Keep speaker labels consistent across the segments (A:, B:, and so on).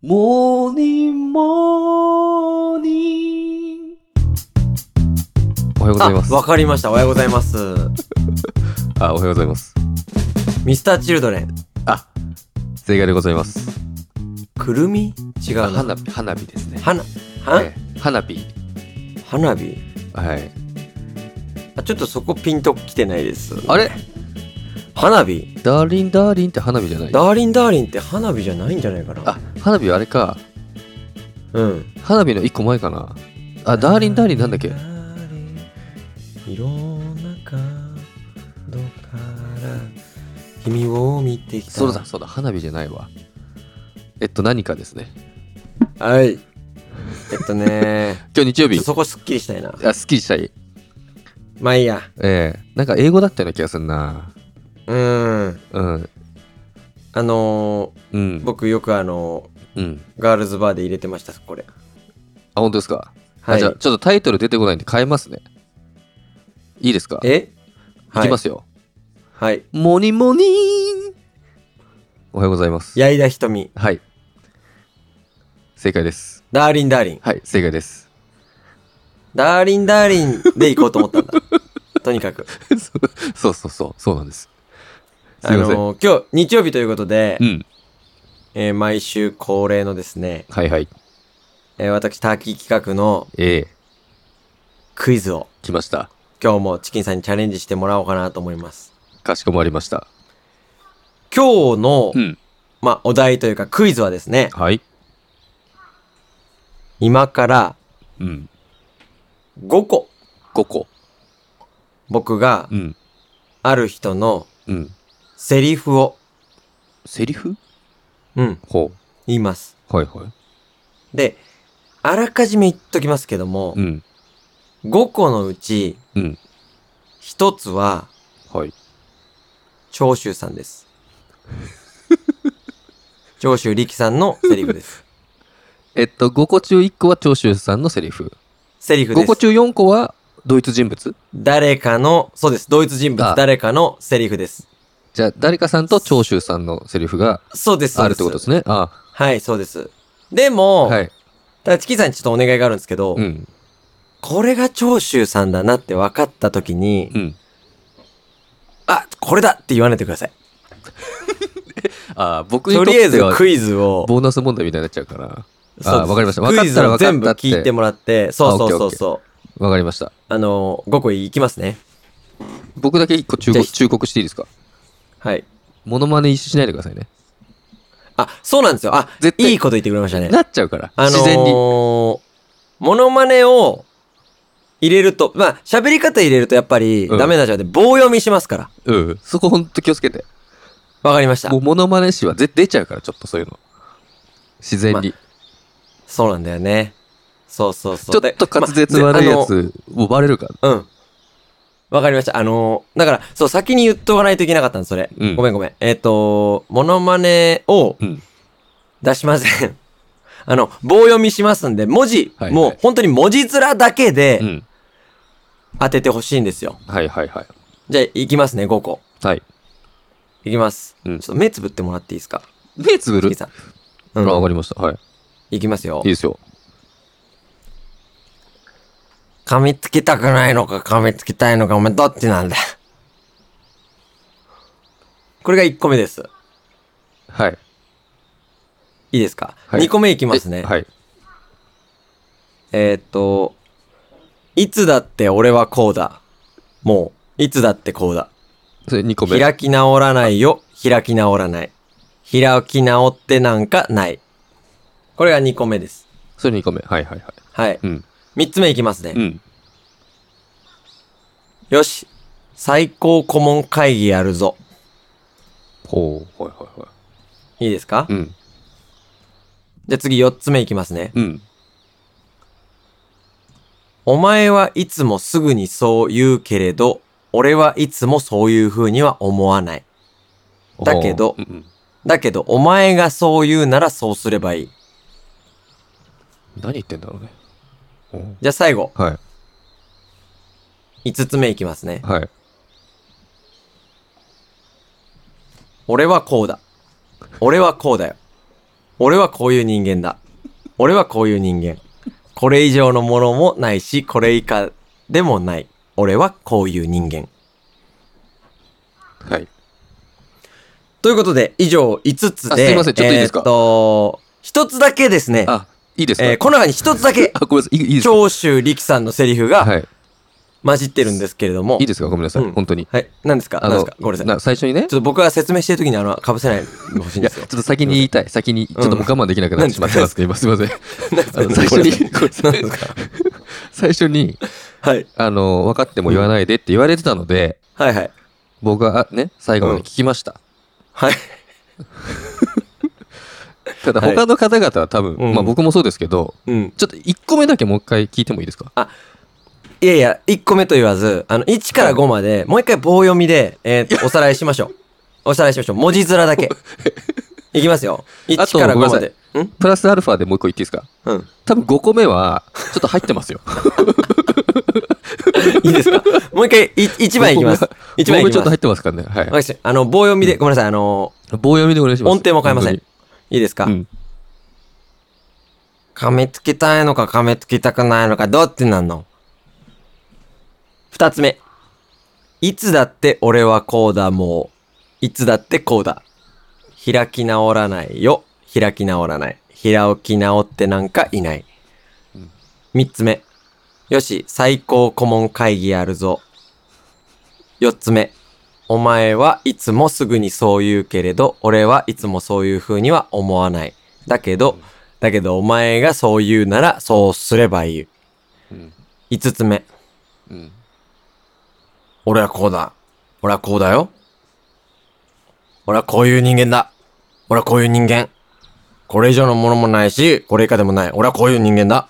A: モーニングモーニング
B: おはようございます。
A: わかりました。おはようございます。
B: あおはようございます。
A: ミスターチルドレン。
B: あ、正解でございます。
A: くるみ違う
B: あ花
A: な。
B: 火、花火ですね。
A: 花、
B: は、
A: はい
B: 花火。
A: 花火
B: はい。
A: あ、ちょっとそこピンと来てないです。
B: あれ
A: 花火
B: ダーリンダーリンって花火じゃない
A: ダーリンダーリンって花火じゃないんじゃないかな。
B: あ、花火あれか。
A: うん。
B: 花火の一個前かな。あ、ダーリンダーリンなんだっけ
A: ダーリン色の中、どこから君を見てきた。
B: そうだ、。そうだ、花火じゃないわ。えっと、何かですね。
A: はい。えっと ね
B: 今日日曜
A: ちょっ
B: 日
A: と、そこすっきりしたいな。
B: あ、スッキリしたい。
A: まあいいや。
B: ええなんか英語だったような気がするな。
A: うーん。
B: うん、
A: あの
B: う
A: ー、
B: ん、
A: 僕よくあの
B: うん。
A: ー、ガールズバーで入れてました、これ。
B: あ、本当ですか。
A: は
B: あ
A: い。
B: じゃあ、ちょっとタイトル出てこないんで変えますね。いいですか
A: え。
B: いきますすよ。
A: はい。
B: モニモニーンおはようございます。
A: 矢井田瞳、
B: はい。正解です。
A: ダーリンダーリン。
B: はい、正解です。
A: ダーリンダーリンで行こうと思ったん だ。とにかく。
B: そうそうそう、そうなんです。す
A: あ
B: いません。
A: のー、今日、日曜日ということで
B: う、ん。
A: えー毎週恒例のですね、
B: はいはい。
A: えー私、ターキー企画の
B: ええ
A: クイズを、
B: 来ました。
A: 今日もチキンさんにチャレンジしてもらおうかなと思います。
B: かしこまりました。
A: 今日の
B: う、ん。
A: まあ、お題というかクイズはですね、
B: はい。
A: 今から
B: うん。
A: 5個、
B: 5個。
A: 僕が
B: う、ん。
A: ある人の
B: うん。
A: セリフを、
B: セリフ
A: うん、
B: ほ
A: 言います。
B: う。はいはい。
A: で、あらかじめ言っときますけども
B: う、ん。
A: 5個のうち、
B: うん。
A: 1つは、
B: はい。
A: 長州さん です。長州力さんのセリ フです。
B: えっと、5個中1個は長州さんのセリフ。
A: セリフで
B: 5個
A: す。
B: 中4個はドイツ人物
A: 誰かの、そうです。同一人物
B: あ、
A: 誰かのセリフです。
B: じゃあ、誰かさんと長州さんのセリフが
A: そうです。そう
B: ある
A: で
B: っ
A: す
B: てことですね。あ
A: はい、そうです。でも、
B: はい。
A: ただチキさんにちょっとお願いがあるんですけど、
B: うん。
A: これが長州さんだなって分かった時に、
B: うん。
A: あ、これだって言わないでください。
B: ああ、僕にと
A: と
B: って
A: りあえず
B: は
A: クイズを、
B: ボーナス問題みたいになっちゃうから。
A: そうです
B: わかりました分
A: ク
B: か
A: イ
B: っ
A: ズ
B: たら分
A: を
B: かったって
A: 全部聞いてもらって、そうそうそうそう。
B: わかりました。
A: あの、5個いきますね。
B: 僕だけ一個忠告
A: じゃあ
B: 忠告していいですか
A: はい。
B: モノマネ一緒しないでくださいね。
A: あ、そうなんですよ。あ、
B: 絶対
A: いいこと言ってくれましたね。
B: なっちゃうから。
A: あのー、
B: 自然に。
A: モノマネを入れると、まあ、喋り方入れるとやっぱり
B: うん
A: ダメになっちゃうんで、棒読みしますから。
B: うん。そこほんと気をつけて。
A: わかりました
B: も。うモノマネ師はぜ出ちゃうから、ちょっとそういうの。自然に。
A: そうなんだよね。そうそうそう。
B: ちょっと滑舌悪いや
A: で
B: つ、もうバレるから。
A: まあであのうん。わかりました。あのーだから、そう、先に言っとかないといけなかったんです、それ。
B: うん
A: ごめんごめん。えっ、と、モノマネを
B: うん。
A: 出しません。 あの、棒読みしますんで、文字、
B: はいはい
A: もう本当に文字面だけ
B: う
A: で
B: ん。
A: 当ててほしいんですよ。
B: はいはいはい。
A: じゃあ、いきますね、5個。
B: はい。
A: いきます。
B: うん
A: ちょっと目つぶってもらっていいですか
B: 目つぶ
A: チ
B: る
A: キさん。
B: あ、わ
A: う
B: か
A: ん。
B: りました。はい。
A: いきますよ
B: いい。ですよ。
A: 噛みつきたくないのか噛みつきたいのかお前どっちなんだ これが1個目です。
B: はい。
A: いいですか、
B: はい
A: 二 ?2 個目いきますね。
B: えはい。
A: えーっと、いつだって俺はこうだ。もう、いつだってこうだ。
B: それ2個目。
A: 開き直らないよ。開き直らない。開き直ってなんかない。これが2個目です。
B: それ2個目。はいはいはい。
A: はい。
B: うん。
A: 3つ目いきますね。
B: うん。
A: よし。最高顧問会議やるぞ。
B: ほう。はいはいはい
A: いですか、
B: い。うん。
A: じゃあ次4つ目いきますね。
B: うん。
A: お前はいつもすぐにそう言うけれど、俺はいつもそういう風には思わない。だけど
B: ほううん
A: だけど、お前がそう言うならそうすればいい。
B: うん何言ってんだろうね。ほう
A: じゃあ最後、
B: はい。
A: 5つ目いきますね。
B: はい。
A: 俺はこうだ。俺はこうだよ。俺はこういう人間だ。俺はこういう人間。これ以上のものもないし、これ以下でもない。俺はこういう人間。
B: はい。
A: ということで、以上5つで。
B: あすいませんちょっといいですか
A: えーっと、1つだけですね。
B: あ、いいですか、
A: えーこの中に1つだけ
B: 、あ、ごめんなさい。いいいいですか
A: 長州力さんのセリフが
B: はい。
A: 混じってるんですけれども。
B: いいですかごめんなさい。
A: うん
B: 本当に。
A: はい。何ですか
B: あ
A: 何ですかごめんなさい。ちょっ
B: 最初にね。
A: と僕が説明してるときに、あの、被せないでほしいん
B: い
A: で
B: や、
A: す
B: ち
A: よ
B: ょっ。と先に言いたい。先に、ちょっともう我慢できなくなってしまってますけど、今すいません。あの 最初に、ごめんなさ
A: 何
B: い
A: ですか
B: 最初に、
A: はい。
B: あの、分かっても言わないでって言われてたので、
A: はいはい。
B: 僕はあね、最後まで聞きました。
A: はい。
B: ただ
A: はい
B: 他の方々は多分、
A: うん
B: まあ僕もそうですけど、
A: うん。
B: ちょっと1個目だけもう一回聞いてもいいですか
A: いやいや、1個目と言わず、あの、1から5まで、もう一回棒読みで、えーっと、おさらいしましょう。おさらいしましょう。文字面だ け。いきますよ。
B: あと
A: 1から5
B: ごめん
A: ま
B: なさい
A: で。ん
B: プラスアルファでもう一個言っていいですか
A: うん。
B: 多分5個目は、ちょっと入って ますよ。
A: いいですかもう一回、い1番いきます
B: 僕。
A: 1
B: 5個
A: 番い
B: 目
A: き
B: ちょっと
A: ま
B: 入
A: す
B: ってますからね。はい。
A: わかりました。あの、棒読みで、ごめんなさい。あの、
B: 棒読みでお願いします。
A: 音程も変えません。い
B: 本
A: いですか
B: 当に。うん。
A: 噛みつきたいのか噛みつきたくないのかどっちなんの二つ目。いつだって俺はこうだもう。いつだってこうだ。開き直らないよ。開き直らない。開き直ってなんかいない
B: うん。
A: 三つ目。よし、最高顧問会議やるぞ。四つ目。お前はいつもすぐにそう言うけれど、俺はいつもそういう風には思わない。だけど、だけどお前がそう言うならそうすればいい。
B: うん。
A: 五つ目。
B: うん。
A: 俺はこうだ。俺はこうだよ。俺はこういう人間だ。俺はこういう人間。これ以上のものもないし、これ以下でもない。俺はこういう人間だ。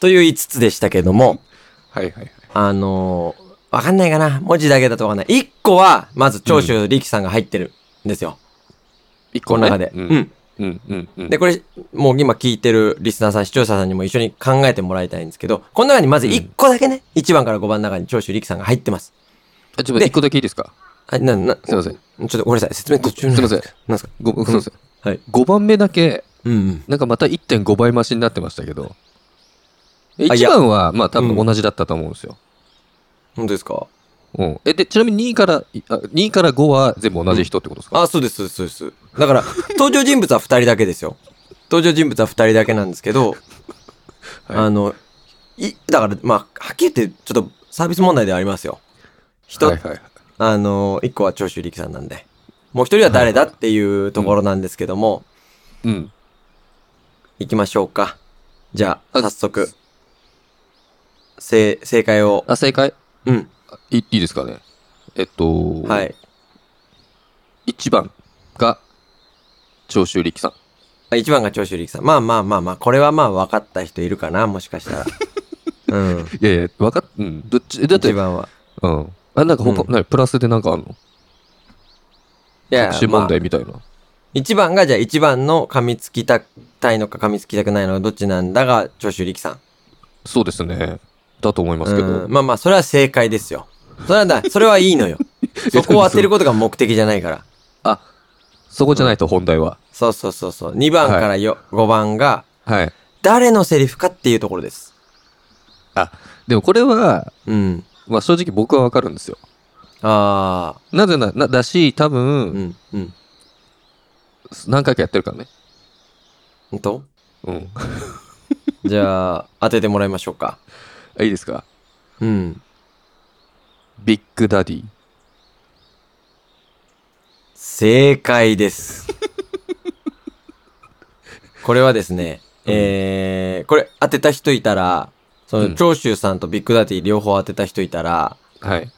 A: という五つでしたけども、
B: はいはいはい。
A: あのーわかんないかな。文字だけだとわかんない。一個は、まず長州力さんが入ってるんですよ。
B: 1
A: こ
B: 個
A: の
B: ね
A: 中で。
B: うん。
A: うん。
B: うんうんうん。
A: で、これ、もう今聞いてるリスナーさん、視聴者さんにも一緒に考えてもらいたいんですけど、この中にまず1個だけね、1番から5番の中に長州力さんが入ってます。
B: あちょっと1個だけいいですか
A: はい、な、な、
B: すいません。
A: ん。ちょっとごめんなさい、説明途中に。
B: すいません。
A: なんすか
B: ごすいません。
A: はい。
B: 5番目だけ、
A: うんうん。
B: なんかまた1.5倍増しになってましたけど。え
A: あいや
B: 1番は、まあ多分同じだったと思うんですよ。
A: 本当ですか
B: うん。え、で、ちなみに2位から、いあ2位から5は全部同じ人ってことですか、
A: あ、そうです、そうです、そうです。 だから、登場人物は2人だけですよ。登場人物は2人だけなんですけど、あの、い、だから、まあ、はっきり言って、ちょっとサービス問題ではありますよ。人、
B: はいはい。
A: あの、1個は長州力さんなんで、もう1人は誰だっていうところなんですけども、
B: うん。
A: 行きましょうか。じゃあ、
B: あ
A: 早速。せ、正解を。
B: あ、正解
A: うん。
B: いいいですかね。えっと、
A: はい。
B: 1番が長州力さん。
A: あ一番が長州力さん。まあまあまあまあ、これはまあ分かった人いるかな、もしかしたら。うん。
B: いやいや、わかっ、うん。どっち、えだって、
A: 一
B: うん。
A: 番は。
B: あ、なんか他、
A: う
B: なにプラスでなんかあるの
A: いや
B: 隠し、
A: ま
B: 問
A: あ
B: 題みたいな。
A: 一番が、じゃあ一番の噛みつきたたいのか噛みつきたくないのかどっちなんだが、長州力さん。
B: そうですね。だと思いますけ
A: う
B: ど
A: ん。まあまあ、それは正解ですよ。それはだ、それはいいのよ。そこを当てることが目的じゃないから。
B: あ、そこじゃないと本題は。
A: そうそうそうそう。2番からよ、5番が、
B: はい。
A: 誰のセリフかっていうところです。
B: あ、でもこれは、
A: うん。
B: まあ正直僕はわかるんですよ。
A: あ
B: なぜな、なだし、多
A: あ、
B: 分、
A: ん、うん。
B: 何回かやってるからね。
A: ほんと
B: うん。
A: じゃあ、当ててもらいましょうか。
B: あいいですか
A: うん。
B: ビッグダディ。
A: 正解 です。これはですね、
B: うん
A: えー、これ当てた人いたら、そうの、
B: ん
A: 長州さんとビッグダディ両方当てた人いたら、
B: はい。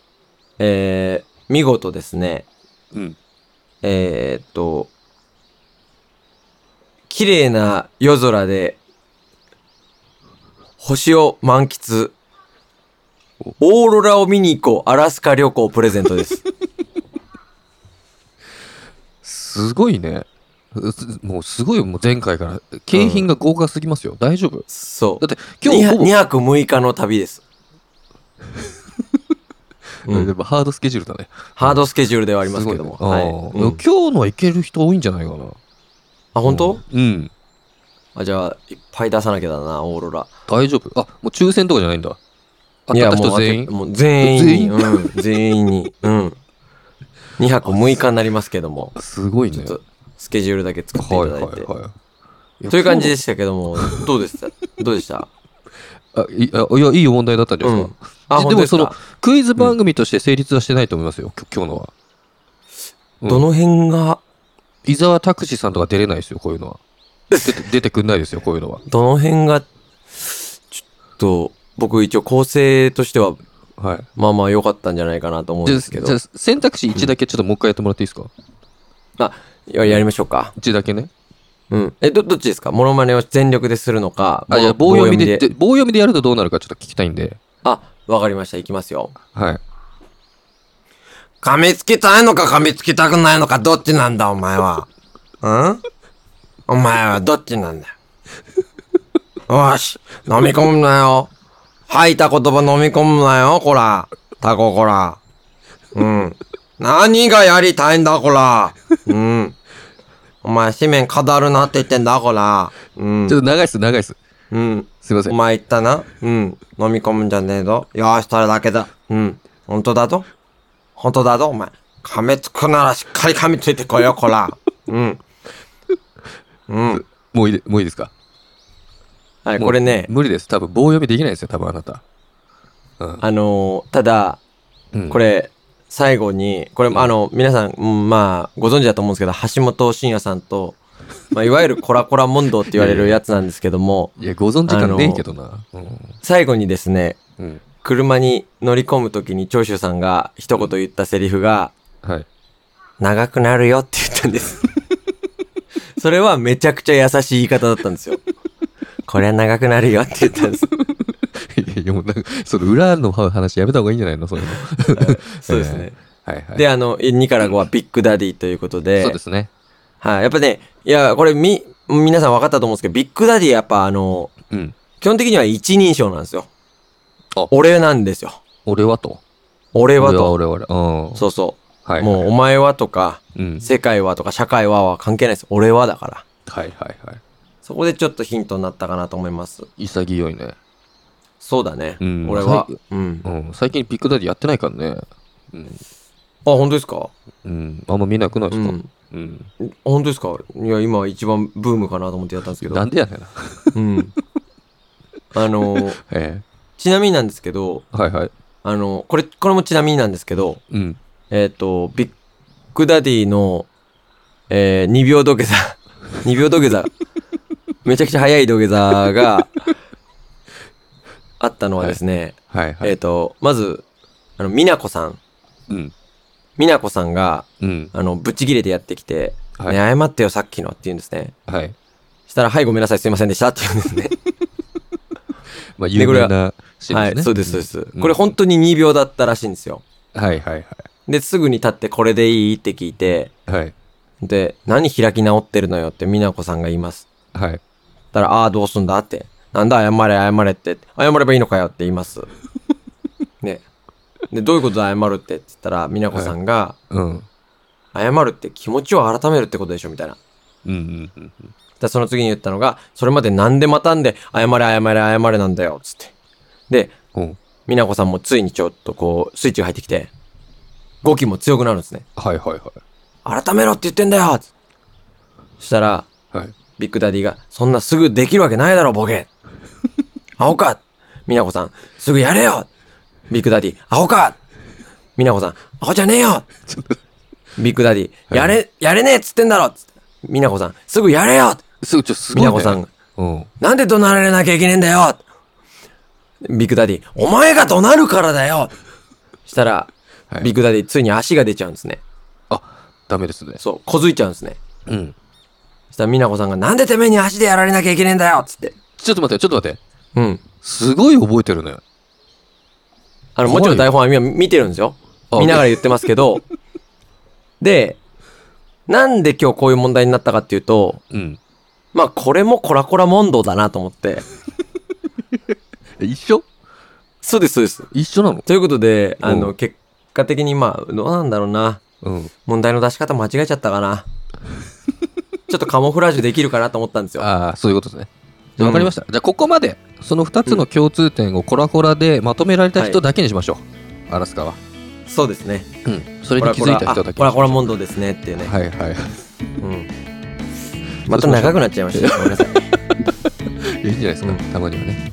A: えー、見事ですね、
B: うん。
A: えー、っと、綺麗な夜空で、星を満喫。オーロラを見に行こう。アラスカ旅行プレゼント です。
B: すごいね。うすもうすごい、もう前回から。景品が豪華すぎますよ。大丈夫
A: そ
B: だって、
A: う。
B: 今日ほぼ
A: 2、泊6日の旅です。う
B: うんん、でもハードスケジュールだね。
A: ハードスケジュールではありますけども。
B: ごいね
A: はい
B: あー
A: うん
B: 今日の行ける人多いんじゃないかな。
A: あ、本当、
B: うん。
A: あ、じゃあ、いっぱい出さなきゃだな、オーロラ。
B: 大丈夫あ、もう抽選とかじゃないんだ。当
A: い
B: た
A: や、
B: った
A: も
B: 人
A: う
B: 全員
A: もう全員に。
B: 全員
A: うん、全員に。うん。2泊6日になりますけども、
B: すごい
A: ちょ
B: ね
A: っ。とスケジュールだけ作っていた
B: はい
A: だ
B: はいい
A: て。
B: はい。や
A: という感じでしたけども、どうでしたどうでした
B: あいあいや、いいお問題だったんじゃ
A: う
B: ないです
A: ん
B: か。。
A: あ、
B: で
A: 本当です
B: でも
A: か
B: クイズ番組として成立はしてないと思いますよ、きょ今日のは。うん
A: どの辺が、
B: 伊沢拓司さんとか出れないですよ、こういうのは。出て 出てくんないですよ、こういうのは。
A: どの辺が、ちょっと、僕一応構成としては、
B: はい。
A: まあまあ良かったんじゃないかなと思うん
B: じゃ
A: で
B: あ、
A: すけ
B: じ
A: ど。
B: ゃあ選択肢1だけちょっともう一回やってもらっていいですか
A: ややりましょうか。
B: ?1 だけね。
A: うん。え、ど、どっちですかモノマネを全力でするのか、
B: あ、いや、棒読みで、で棒読みでやるとどうなるかちょっと聞きたいんで。
A: あ、わかりました。いきますよ。
B: はい。
A: 噛みつきたいのか噛みつきたくないのか、どっちなんだ、お前は。うんお前はどっちなんだよ。よし、飲み込むなよ。吐いた言葉飲み込むなよ、こら。タコこら。うん。何がやりたいんだ、こら。うん。お前、紙面飾るなって言ってんだ、こら。うん
B: ち。ょっと長いっす、長いっす。
A: うん。
B: すいませ
A: お
B: ん。
A: 前言ったな。うん。飲み込むんじゃねえぞ。よーし、それだけだ。うん。本当だぞ。本当だぞ、お前。噛みつくならしっかり噛みついてこいよ、こら。うん。うん。
B: もういいで、もういいですか
A: はい、
B: もう
A: これね、
B: 無理です。多分棒読みできないですよ、多分あなた。うん
A: あのーただ、
B: うん。
A: これ、最後に、これ、
B: ん
A: あの、皆さん、うんまあ、ご存知だと思うんですけど、橋本真也さんと、まあ、いわゆるコラコラ問答って言われ るやつなんですけども、
B: いや、ご存知感ねえけどな。うん。
A: 最後にですね、
B: うん。
A: 車に乗り込むときに長州さんが一言言ったセリフが、
B: はい。
A: 長くなるよって言ったんです。 それはめちゃくちゃ優しい言い方だったんですよ。これは長くなるよって言ったんです。
B: いやいや、もうなんか、その裏の話やめた方がいいんじゃないのそういうの。
A: そうです ね。
B: はいはい。
A: で、あの、2から5はビッグダディということで、
B: そうですね。
A: はい、やっぱね、いや、これみ、皆さん分かったと思うんですけど、ビッグダディやっぱあの、
B: うん。
A: 基本的には一人称なんですよ
B: あ。
A: 俺なんですよ。
B: 俺はと。
A: 俺はと。
B: 俺は俺は。うん。
A: そうそ
B: は
A: う。
B: い。
A: もう、お前はとか、
B: う。うん。
A: 世界はとか、社会はは関係ないです。俺はだから。
B: はいはいは
A: そこでちょっとヒントになったかなと思います。
B: い。潔いね。
A: そうだね。
B: うん
A: 俺は
B: 最。
A: うん。
B: う
A: あ、
B: ん。最近ビッグダディやってないからね。うん。
A: 本当ですか
B: うん。あんま見なくないで
A: う
B: すか
A: ん。
B: うん。
A: 本当ですかいや、今一番ブームかなと思ってやったんですけど。
B: なんでやねんな。
A: うん。 あのー、
B: え
A: ちなみになんですけど、
B: え。はいはい。
A: あのーこれ、これもちなみになんですけど、
B: うん。
A: えっ、と、ビッグダディの、えー、2秒土下座。2秒土下座。めちゃくちゃ早い土下座が、あったのはですね、
B: はいはい。
A: えっ、と、まず、あの、美奈子さん。
B: うん。
A: 美奈子さんが、
B: うん。
A: あの、ぶち切れてやってきて、
B: はい
A: ね、謝ってよ、さっきのって言うんですね。
B: はい。
A: したら、はい、ごめんなさい、すいませんでしたって言うんですね。
B: まあ、有名なシーン
A: はい、
B: ですね。
A: そうです、そうです。
B: うん
A: これ本当に2秒だったらしいんですよ。
B: はいはいはい。
A: で、すぐに立って、これでいいって聞いて、
B: はい。
A: で、何開き直ってるのよって、美奈子さんが言います。
B: はい。
A: たら、ああー、どうすんだって。なんだ、謝れ、謝れって。謝ればいいのかよって言います。 ね。で、どういうことだ、謝るってって言ったら、美奈子さんが、
B: うん。
A: 謝るって気持ちを改めるってことでしょ、みたいな。
B: うんうんうん。
A: で、その次に言ったのが、それまでなんでまたんで、謝れ謝れ謝れなんだよ、つって。で、
B: うん。
A: 美奈子さんもついにちょっとこう、スイッチが入ってきて、語気も強くなるんですね。
B: はいはいはい。
A: 改めろって言ってんだよつってそしたら、
B: はい。
A: ビッグダディが、そんなすぐできるわけないだろ、ボケアホか美奈子さん、すぐやれよビッグダディ、アホか美奈子さん、アホじゃねえよビッグダディ、
B: はい
A: やれ、やれねえっつってんだろつって美奈子さん、すぐやれよ
B: すごい、ちょ、す
A: 美
B: ごい、ね。
A: 奈子さん。
B: うん。
A: なんで怒鳴られなきゃいけねえんだよビッグダディ、お前が怒鳴るからだよしたら、
B: はい
A: ビッグダディ、ついに足が出ちゃうんですね。
B: あ、ダメですね。
A: そう、こづいちゃうんですね。
B: うん。
A: そしたら、美奈子さんが、なんでてめえに足でやられなきゃいけねえんだよつって。
B: ちょっと待って、ちょっと待って。
A: うん。
B: すごい覚えてるね。
A: あの、もちろん台本は今見てるんですよ。
B: あ
A: 見ながら言ってますけど。で、なんで今日こういう問題になったかっていうと、
B: うん。
A: まあ、これもコラコラ問答だなと思って。
B: え一緒
A: そうです、そうです。
B: 一緒なの
A: ということで、あ
B: う
A: の、
B: ん
A: 結果的に、まあ、どうなんだろうな。
B: うん。
A: 問題の出し方間違えちゃったかな。ちょっとカモフラージュできるかなと思ったんですよ。
B: ああ、そういうことですね。じゃあわかりました。じゃあ、ここまで、その2つの共通点をコラコラでまとめられた人だけにしましょう。アラスカは。
A: そうですね。
B: うん。それに気づいた人だけにし
A: こら
B: ましょ
A: こ
B: う
A: ら問答ですねっていうね。
B: はいはい。
A: うん。また長くなっちゃいました。ごめんなさ
B: い
A: い。
B: いんじゃないですか、
A: うん
B: たまにはね。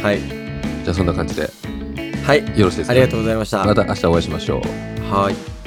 A: はい。
B: じゃあ、そんな感じで、よ
A: はい。
B: ろしいですか
A: ありがとうございました。
B: また明日お会いしましょう。
A: はい。